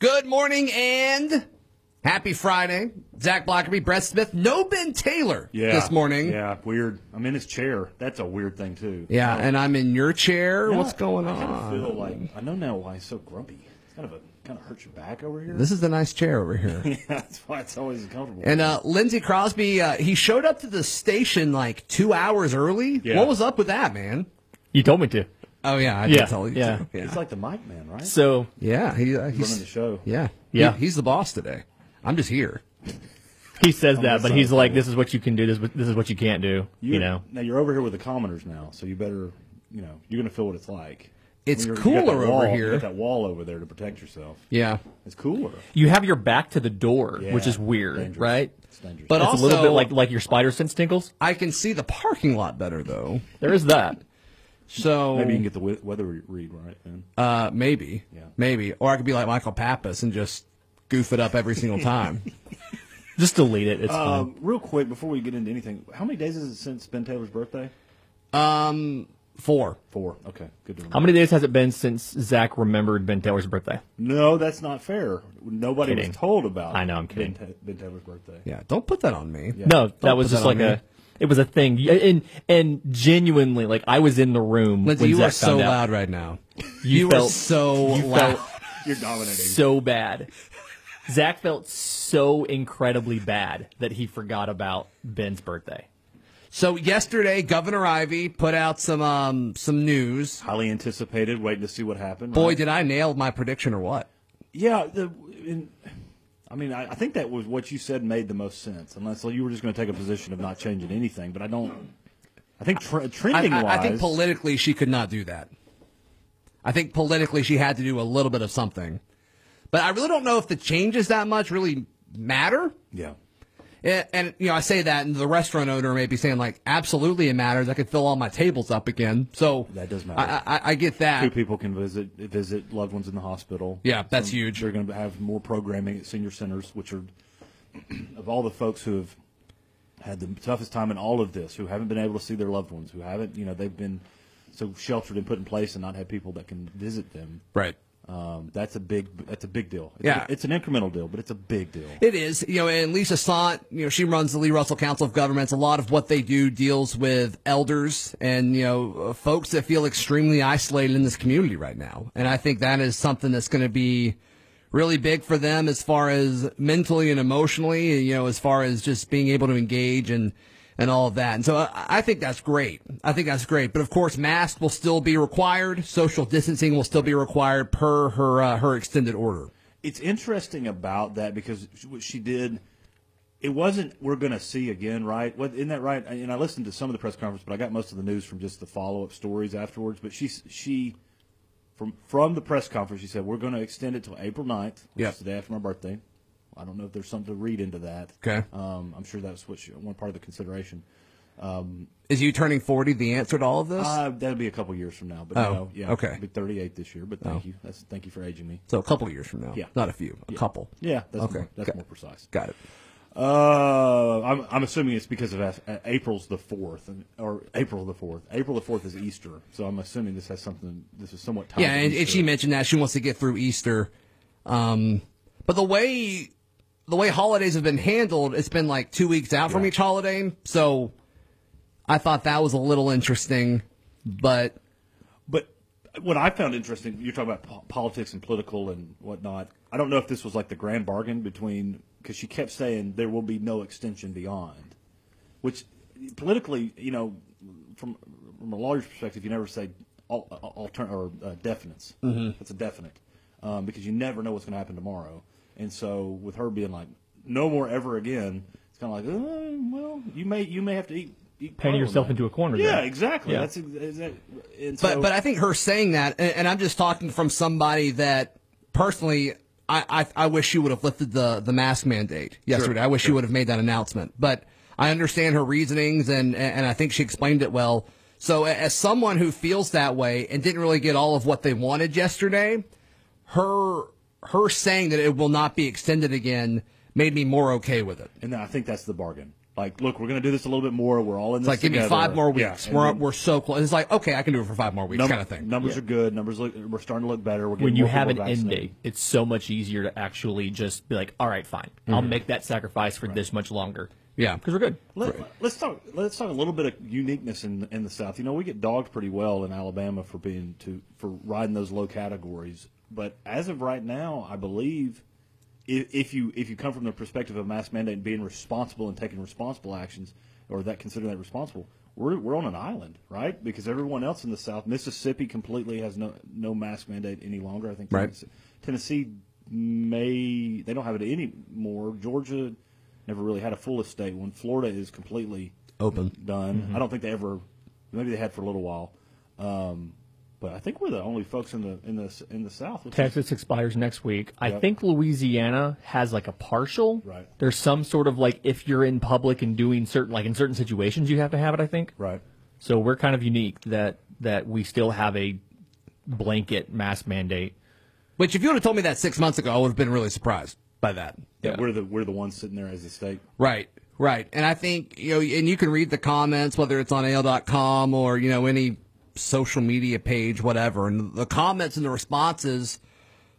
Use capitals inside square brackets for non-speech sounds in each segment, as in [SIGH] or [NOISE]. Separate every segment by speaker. Speaker 1: Good morning and happy Friday. Zach Blackerby, Brett Smith, no Ben Taylor
Speaker 2: Yeah.
Speaker 1: this morning.
Speaker 2: Yeah, weird. I'm in his chair. That's a weird thing too.
Speaker 1: Yeah,
Speaker 2: No,
Speaker 1: and I'm in your chair. What's going
Speaker 2: I kind of
Speaker 1: on?
Speaker 2: feel like I know now why he's so grumpy. It's kind of a kind of hurts your back over here.
Speaker 1: This is a nice chair over here.
Speaker 2: [LAUGHS] yeah, that's why it's always uncomfortable.
Speaker 1: and uh, Lindsey Crosby, uh, he showed up to the station like two hours early.
Speaker 2: Yeah.
Speaker 1: What was up with that, man?
Speaker 3: You told me to.
Speaker 1: Oh yeah, I
Speaker 3: Yeah,
Speaker 1: did tell you.
Speaker 3: yeah.
Speaker 1: too. yeah.
Speaker 2: He's like the mic man, right?
Speaker 3: So
Speaker 1: Yeah, he, uh, he's
Speaker 2: Running the show.
Speaker 1: Yeah,
Speaker 3: Yeah.
Speaker 1: He- he's the boss today. I'm just here.
Speaker 3: he says that, but
Speaker 2: sorry.
Speaker 3: he's like, "This is what you can do. This is- this is what you can't do." You, know.
Speaker 2: Now you're over here with the commoners now, so you better, you know, you're gonna feel what it's like.
Speaker 1: It's
Speaker 2: When you're- you got that
Speaker 1: cooler over
Speaker 2: wall-
Speaker 1: here.
Speaker 2: You got that wall over there to protect yourself.
Speaker 1: Yeah,
Speaker 2: It's cooler,
Speaker 3: You have your back to the door,
Speaker 2: Yeah.
Speaker 3: which is weird,
Speaker 2: Dangerous.
Speaker 3: right?
Speaker 2: It's dangerous.
Speaker 1: But
Speaker 3: it's a little
Speaker 1: also-
Speaker 3: bit like like your spider sense tingles.
Speaker 1: I can see the parking lot better though.
Speaker 3: There is that.
Speaker 1: So
Speaker 2: maybe you can get the we- weather re- read right then.
Speaker 1: Uh, maybe.
Speaker 2: Yeah.
Speaker 1: Maybe. Or I could be like Michael Pappas and just goof it up every single time.
Speaker 3: Just delete it. It's fine.
Speaker 2: Um, real quick before we get into anything, how many days is it since Ben Taylor's birthday?
Speaker 1: Four.
Speaker 2: Four. Okay, good. To remember.
Speaker 3: How many days has it been since Zach remembered Ben Taylor's birthday?
Speaker 2: No, that's not fair. Nobody
Speaker 3: Kidding.
Speaker 2: was told about.
Speaker 3: I know, I'm kidding.
Speaker 2: Ben, Ta- ben Taylor's birthday. [LAUGHS]
Speaker 1: Yeah. Don't put that on me.
Speaker 3: No, that
Speaker 1: put
Speaker 3: was just
Speaker 1: that on
Speaker 3: like
Speaker 1: me.
Speaker 3: a. It was a thing, Yeah, and and genuinely, like I was in the room
Speaker 1: Lindsay,
Speaker 3: when
Speaker 1: you
Speaker 3: Zach
Speaker 1: are so
Speaker 3: found out.
Speaker 1: loud right now.
Speaker 3: [LAUGHS] You
Speaker 1: are
Speaker 3: felt-
Speaker 1: so
Speaker 3: you
Speaker 1: loud.
Speaker 3: felt
Speaker 2: You're dominating.
Speaker 3: so bad. Zach felt so incredibly bad that he forgot about Ben's birthday.
Speaker 1: So yesterday, Governor Ivy put out some um some news.
Speaker 2: Highly anticipated, waiting to see what happened.
Speaker 1: Boy,
Speaker 2: right?
Speaker 1: did I nail my prediction or what?
Speaker 2: yeah. The, in, I mean, I, I think that was what you said made the most sense, unless you were just going to take a position of not changing anything. But I don't. I think tre-
Speaker 1: I,
Speaker 2: trending
Speaker 1: I,
Speaker 2: wise,
Speaker 1: I think politically she could not do that. I think politically she had to do a little bit of something. But I really don't know if the changes that much really matter.
Speaker 2: yeah.
Speaker 1: Yeah, and you know, I say that, and the restaurant owner may be saying like, "Absolutely, it matters. I could fill all my tables up again." So
Speaker 2: That does matter.
Speaker 1: I, I, I get
Speaker 2: Two
Speaker 1: that.
Speaker 2: people can visit visit loved ones in the hospital.
Speaker 1: Yeah, that's huge.
Speaker 2: They're going to have more programming at senior centers, which are [CLEARS THROAT] of all the folks who have had the toughest time in all of this, who haven't been able to see their loved ones, who haven't, you know, they've been so sheltered and put in place and not had people that can visit them.
Speaker 1: Right.
Speaker 2: Um, that's a big that's a big deal. It's
Speaker 1: Yeah.
Speaker 2: a, it's an incremental deal, but it's a big deal.
Speaker 1: It is, you know, and Lisa Sant, you know, she runs the Lee Russell Council of Governments. A lot of what they do deals with elders and, you know, uh, folks that feel extremely isolated in this community right now. And I think that is something that's going to be really big for them as far as mentally and emotionally, you know, as far as just being able to engage and, and all of that. And so I, I think that's great. I think that's great. But of course, masks will still be required. Social distancing will still be required per her, uh, her extended order.
Speaker 2: It's interesting about that because she- what she did, it wasn't we're going to see again, right? What, isn't that right? And I listened to some of the press conference, but I got most of the news from just the follow up stories afterwards. But she she from from the press conference, she said we're going to extend it till April 9th, which
Speaker 1: Yep.
Speaker 2: is the day after my birthday. I don't know if there's something to read into that.
Speaker 1: Okay.
Speaker 2: um, I'm sure that's what she, one part of the consideration.
Speaker 1: Is you turning 40 the answer to all of this?
Speaker 2: Uh, that'll be a couple years from now, but
Speaker 1: Oh,
Speaker 2: you know, yeah,
Speaker 1: okay. Oh.
Speaker 2: I'll be 38 this year. But thank you, that's thank you for aging me.
Speaker 1: so a couple of years from now.
Speaker 2: Yeah.
Speaker 1: Not a few, a couple.
Speaker 2: Yeah, that's
Speaker 1: Okay,
Speaker 2: more, that's
Speaker 1: got-
Speaker 2: more precise.
Speaker 1: Got it.
Speaker 2: Uh, I'm, I'm assuming it's because of F- uh, April's the fourth, and- or April the fourth. April the fourth is Easter, so I'm assuming this has something. This is somewhat tied.
Speaker 1: Yeah,
Speaker 2: to
Speaker 1: and, and
Speaker 2: Easter.
Speaker 1: she mentioned that she wants to get through Easter. Um, but the way the way holidays have been handled, it's been like two weeks out from each holiday. So I thought that was a little interesting, but
Speaker 2: But what I found interesting, you're talking about po- politics and political and whatnot. I don't know if this was like the grand bargain between because she kept saying there will be no extension beyond, which politically, you know, from from a lawyer's perspective, you never say al- al- altern- or uh, definites.
Speaker 3: Mm-hmm.
Speaker 2: That's a definite um, because you never know what's going to happen tomorrow. And so with her being like, no more ever again, it's kind of like, oh, well, you may you may have to eat. eat
Speaker 3: Painting
Speaker 2: crow
Speaker 3: yourself
Speaker 2: now.
Speaker 3: into a corner
Speaker 2: Yeah,
Speaker 3: there.
Speaker 2: exactly.
Speaker 3: Yeah.
Speaker 2: That's ex- exact- and
Speaker 1: but
Speaker 2: so-
Speaker 1: but I think her saying that, and, and I'm just talking from somebody that personally, I I, I wish she would have lifted the the mask mandate yesterday. I wish she would have made that announcement. But I understand her reasonings, and and I think she explained it well. So a- as someone who feels that way and didn't really get all of what they wanted yesterday, her her saying that it will not be extended again made me more okay with it.
Speaker 2: And I think that's the bargain. Like, look, we're going to do this a little bit more. We're all in
Speaker 1: It's
Speaker 2: this
Speaker 1: like give me
Speaker 2: together.
Speaker 1: five more
Speaker 2: Yeah,
Speaker 1: weeks.
Speaker 2: and
Speaker 1: We're
Speaker 2: then
Speaker 1: we're so close. It's like okay, I can do it for five more weeks,
Speaker 2: num-
Speaker 1: kind of thing.
Speaker 2: Numbers are good. Numbers look. We're starting to look better. We're getting
Speaker 3: when you
Speaker 2: more
Speaker 3: have an
Speaker 2: people
Speaker 3: end
Speaker 2: vaccinated.
Speaker 3: date, it's so much easier to actually just be like, all right, fine, I'll make that sacrifice for this much longer.
Speaker 1: Mm-hmm. Yeah.
Speaker 3: because we're good.
Speaker 2: Let, Let's talk. Let's talk a little bit of uniqueness in in the South. You know, we get dogged pretty well in Alabama for being to for riding those low categories. But as of right now, I believe if, if you if you come from the perspective of mass mandate and being responsible and taking responsible actions, or that considering that responsible, we're we're on an island, right? Because everyone else in the South, Mississippi, completely has no no mask mandate any longer. I think
Speaker 1: Right.
Speaker 2: Tennessee, Tennessee may they don't have it anymore. Georgia never really had a full estate one. Florida is completely
Speaker 1: Open.
Speaker 2: done. I don't think they ever. Maybe they had for a little while, um, but I think we're the only folks in the in the in the South. which is-
Speaker 3: Texas expires next week. I
Speaker 2: Yep.
Speaker 3: think Louisiana has like a partial.
Speaker 2: Right.
Speaker 3: There's some sort of like if you're in public and doing certain like in certain situations you have to have it. I think.
Speaker 2: right.
Speaker 3: So we're kind of unique that that we still have a blanket mask mandate.
Speaker 1: Which, if you would have told me that six months ago, I would have been really surprised by that.
Speaker 2: Yeah, we're the we're the ones sitting there as a state.
Speaker 1: Right, right. And I think, you know, and you can read the comments, whether it's on AL.com or, you know, any social media page, whatever. And the comments and the responses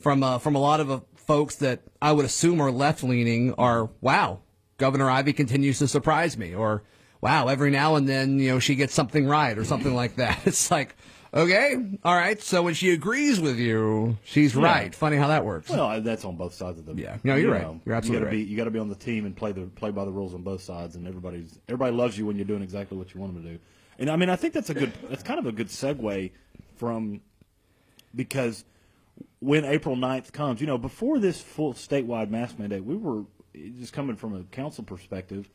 Speaker 1: from, uh, from a lot of uh, folks that I would assume are left leaning are, wow, Governor Ivy continues to surprise me. Or, wow, every now and then, you know, she gets something right or something like that. [LAUGHS] It's like, okay, all right. So when she agrees with you, she's right. Funny how that works.
Speaker 2: Well, that's on both sides of the.
Speaker 1: Yeah. No, you're
Speaker 2: you
Speaker 1: right. You're absolutely
Speaker 2: you gotta
Speaker 1: right.
Speaker 2: Be, you got to be on the team and play the play by the rules on both sides, and everybody's everybody loves you when you're doing exactly what you want them to do. And I mean, I think that's a good. That's kind of a good segue from because when April 9th comes, you know, before this full statewide mask mandate, we were just coming from a council perspective.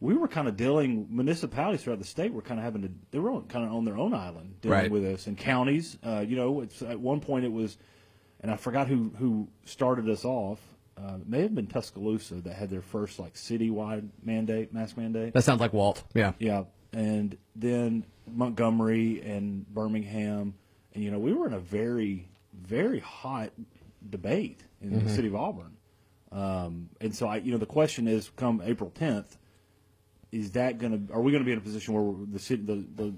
Speaker 2: We were kind of dealing. Municipalities throughout the state were kind of having to. They were kind of on their own island dealing
Speaker 1: Right.
Speaker 2: with this, and counties. Uh, you know, it's, at one point it was, and I forgot who who started us off. Uh, it may have been Tuscaloosa that had their first like citywide mandate, mask mandate.
Speaker 1: That sounds like Walt. Yeah.
Speaker 2: Yeah, and then Montgomery and Birmingham, and you know we were in a very very hot debate in the city of Auburn, um, and so I you know the question is come April tenth, is that going to are we going to be in a position where we're- the city the, the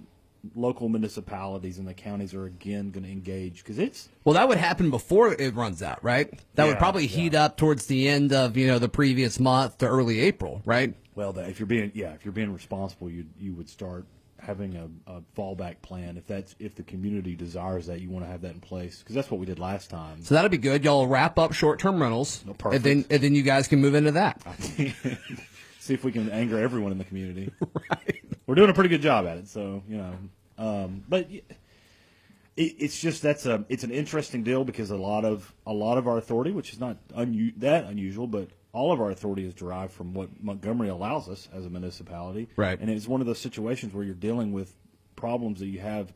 Speaker 2: local municipalities and the counties are again going to engage because it's
Speaker 1: Well, that would happen before it runs out, right? That would
Speaker 2: Yeah,
Speaker 1: probably heat up towards the end of you know the previous month to early April, right?
Speaker 2: Well, that if you're being yeah, if you're being responsible, you you would start having a, a fallback plan if that's if the community desires that you want to have that in place because that's what we did last time.
Speaker 1: So that'd be good. Y'all wrap up short-term rentals, and
Speaker 2: perfect.
Speaker 1: then and then you guys can move into that.
Speaker 2: See if we can anger everyone in the community. right, we're doing a pretty good job at it, so you know. Um, but y- it, it's just that's a it's an interesting deal because a lot of a lot of our authority, which is not unu- that unusual, but all of our authority is derived from what Montgomery allows us as a municipality.
Speaker 1: Right.
Speaker 2: and it's one of those situations where you're dealing with problems that you have,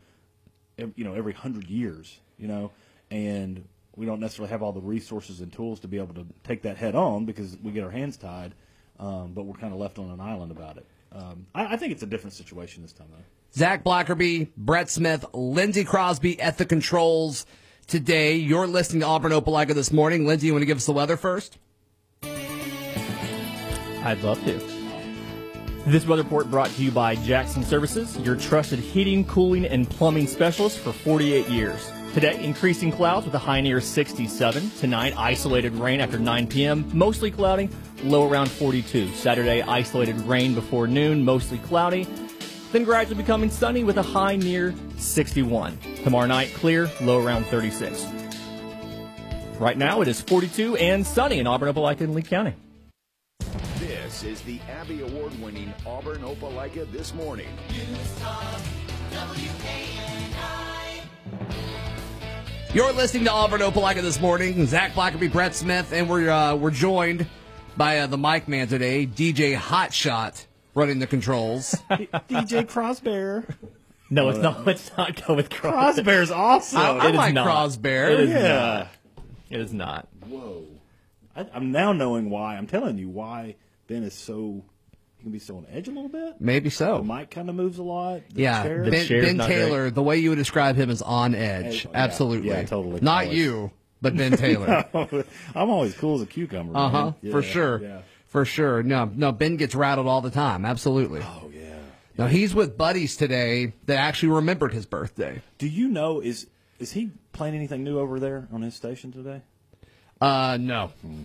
Speaker 2: ev- you know, every hundred years, you know, and we don't necessarily have all the resources and tools to be able to take that head on because we get our hands tied, um, but we're kind of left on an island about it. Um, I, I think it's a different situation this time, though.
Speaker 1: Zach Blackerby, Brett Smith, Lindsey Crosby at the controls today. You're listening to Auburn Opelika this morning. Lindsey, you want to give us the weather first?
Speaker 3: I'd love to. This weather report brought to you by Jackson Services, your trusted heating, cooling, and plumbing specialist for 48 years. Today, increasing clouds with a high near 67. Tonight, isolated rain after 9 p.m., mostly cloudy, low around 42. Saturday, isolated rain before noon, mostly cloudy, then gradually becoming sunny with a high near 61. Tomorrow night, clear, low around 36. Right now, it is 42 and sunny in Auburn, Opelika, and Lee County.
Speaker 4: This is the Abbey Award winning Auburn Opelika this morning.
Speaker 1: You're listening to Auburn Opelika this morning. Zach Blackerby, Brett Smith, and we're uh, we're joined by uh, the mic man today, DJ Hotshot, running the controls.
Speaker 2: DJ [LAUGHS] Crossbear.
Speaker 3: No,
Speaker 2: Uh,
Speaker 3: it's not. Let's not go with Crosby.
Speaker 2: Crossbear's awesome.
Speaker 1: I, I
Speaker 3: it is
Speaker 1: like
Speaker 3: not.
Speaker 1: Crosbear.
Speaker 3: It
Speaker 2: Oh,
Speaker 3: is
Speaker 2: yeah.
Speaker 3: It is not.
Speaker 2: Whoa. I, I'm now knowing why. I'm telling you why Ben is so. He can be so on edge a little bit.
Speaker 1: Maybe so.
Speaker 2: The mic kind of moves a lot. The
Speaker 1: yeah,
Speaker 2: chair-
Speaker 3: The
Speaker 1: Ben,
Speaker 3: chair's
Speaker 1: Ben
Speaker 3: not
Speaker 1: Taylor. The way you would describe him is on
Speaker 2: Edge, Oh,
Speaker 1: edge.
Speaker 2: yeah.
Speaker 1: Absolutely.
Speaker 2: Yeah, totally.
Speaker 1: Not
Speaker 2: Always.
Speaker 1: you, but Ben Taylor.
Speaker 2: [LAUGHS] I'm always cool as a cucumber.
Speaker 1: uh huh.
Speaker 2: man. Yeah,
Speaker 1: for sure.
Speaker 2: Yeah.
Speaker 1: for sure. No, no, Ben gets rattled all the time. Absolutely.
Speaker 2: Oh yeah.
Speaker 1: Now he's with buddies today that actually remembered his birthday.
Speaker 2: Do you know is is he playing anything new over there on his station today?
Speaker 1: Uh, no,
Speaker 2: Hmm.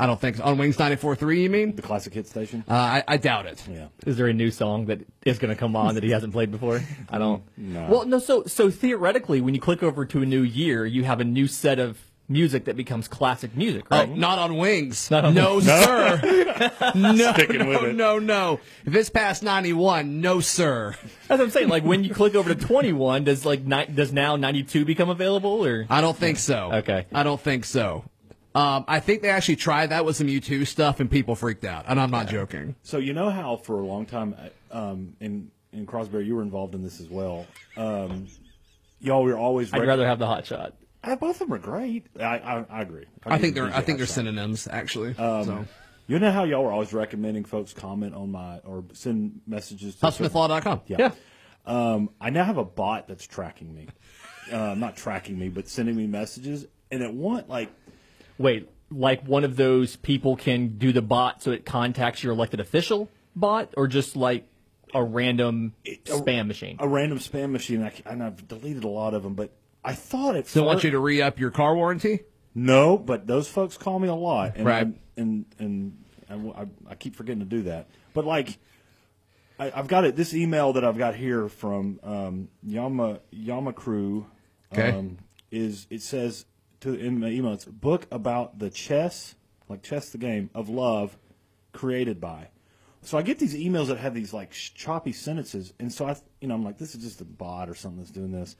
Speaker 1: I don't think so. on Wings 94.3, You mean?
Speaker 2: The classic hit station.
Speaker 1: Uh, I, I doubt it.
Speaker 2: yeah.
Speaker 3: Is there a new song that is going to come on that he hasn't played before? I don't.
Speaker 2: No.
Speaker 3: Well, no. So, so theoretically, when you click over to a new year, you have a new set of music that becomes classic music,
Speaker 1: Oh,
Speaker 3: right?
Speaker 1: not on wings. no, sir. [LAUGHS] no,
Speaker 2: Sticking
Speaker 1: no,
Speaker 2: with it.
Speaker 1: no, no. If it's past 91, no, sir.
Speaker 3: That's what I'm saying. Like when you click over to 21, does like ni- does now 92 become available or?
Speaker 1: I don't think so.
Speaker 3: Okay.
Speaker 1: I don't think so. Um, I think they actually tried that with some U2 stuff and people freaked out. And I'm not joking.
Speaker 2: So you know how for a long time, uh, um, in in Crosby, you were involved in this as well. Um, y'all were always.
Speaker 3: I'd rather have the hot shot.
Speaker 2: Uh, both of them are great. I I, I agree.
Speaker 1: I think
Speaker 2: give
Speaker 1: they're I
Speaker 2: DJ
Speaker 1: think they're
Speaker 2: Hotshot.
Speaker 1: synonyms actually.
Speaker 2: Um,
Speaker 1: so.
Speaker 2: You know how y'all were always recommending folks comment on my or send messages to
Speaker 1: HuffSmithLaw.com.
Speaker 2: Yeah.
Speaker 3: Yeah.
Speaker 2: Um, I now have a bot that's tracking me. Uh, not tracking me, but sending me messages. And it want like
Speaker 3: Wait, like one of those people can do the bot so it contacts your elected official bot, or just like a random spam machine?
Speaker 2: a random spam machine. I, c- and I've deleted a lot of them, but I thought it.
Speaker 1: So I want you to re up your car warranty.
Speaker 2: No, but those folks call me a lot, and
Speaker 1: Right.
Speaker 2: I'm- and and I, I- I keep forgetting to do that. But like, I, I've got it. This email that I've got here from um, Yama Yama Crew,
Speaker 1: Okay.
Speaker 2: um, is it says to in my email it's a book about the chess like chess the game of love created by. So I get these emails that have these like sh- choppy sentences, and so I you know I'm like this is just a bot or something that's doing this.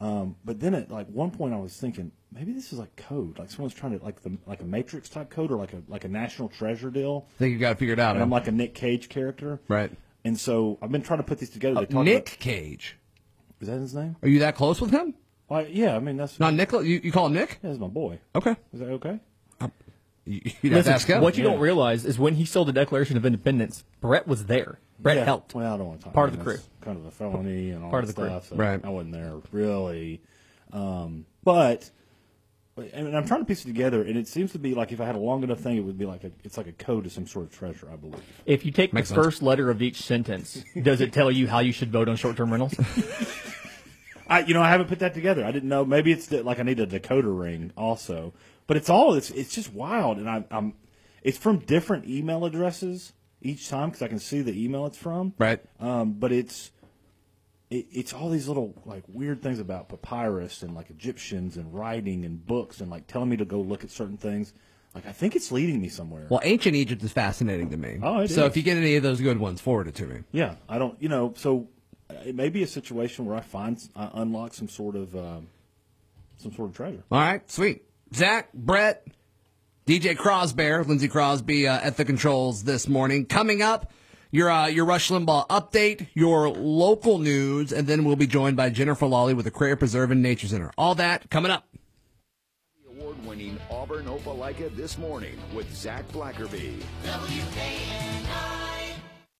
Speaker 2: Um, but then at like one point, I was thinking maybe this is like code, like someone's trying to like the like a Matrix type code or like a like a National Treasure deal,
Speaker 1: I think you got it figured out.
Speaker 2: and I'm
Speaker 1: huh?
Speaker 2: like a Nick Cage character,
Speaker 1: Right.
Speaker 2: And so I've been trying to put these together.
Speaker 3: Uh,
Speaker 2: They talk
Speaker 1: Nick Cage.
Speaker 2: about, is that his name?
Speaker 1: Are you that close with him?
Speaker 2: Why? Yeah, I mean that's
Speaker 1: Not Nicola. You, you call him Nick?
Speaker 2: that's my boy.
Speaker 1: Okay.
Speaker 2: Is that okay?
Speaker 1: You, you'd have to ask him.
Speaker 3: what you
Speaker 2: Yeah.
Speaker 3: don't realize is when he sold the Declaration of Independence, Brett was there. Brett
Speaker 2: yeah.
Speaker 3: helped.
Speaker 2: Well, I don't want to talk.
Speaker 3: Part
Speaker 2: about
Speaker 3: of the
Speaker 2: it. It's Kind of a felony and all
Speaker 3: Part
Speaker 2: that
Speaker 3: of the crew.
Speaker 2: stuff. so
Speaker 1: Right.
Speaker 2: I wasn't there really, um, but. but- I mean, I'm trying to piece it together, and it seems to be like if I had a long enough thing, it would be like a, it's like a code to some sort of treasure, I believe.
Speaker 3: If you take
Speaker 1: Makes
Speaker 3: the
Speaker 1: sense.
Speaker 3: first letter of each sentence, does it tell you how you should vote on short-term rentals?
Speaker 2: I, you know, I haven't put that together. I didn't know. Maybe it's that, like I need a decoder ring also, but it's all it's it's just wild, and I, I'm it's from different email addresses each time because I can see the email it's from.
Speaker 1: Right.
Speaker 2: Um, but it's it, it's all these little like weird things about papyrus and like Egyptians and writing and books and like telling me to go look at certain things. Like I think it's leading me somewhere.
Speaker 1: Well, ancient Egypt is fascinating to me.
Speaker 2: Oh, it
Speaker 1: so
Speaker 2: is.
Speaker 1: if you get any of those good ones, forward it to me.
Speaker 2: Yeah, I don't. You know, so uh, it may be a situation where I find I unlock some sort of um, some sort of treasure.
Speaker 1: All right, sweet. Zach, Brett, DJ Crosbear, Lindsey Crosby uh, at the controls this morning. Coming up, your uh, your Rush Limbaugh update, your local news, and then we'll be joined by Jennifer Lawley with the Career Preserve and Nature Center. All that coming up.
Speaker 4: Award winning Auburn Opelika this morning with Zach Blackerby.
Speaker 5: WKNR.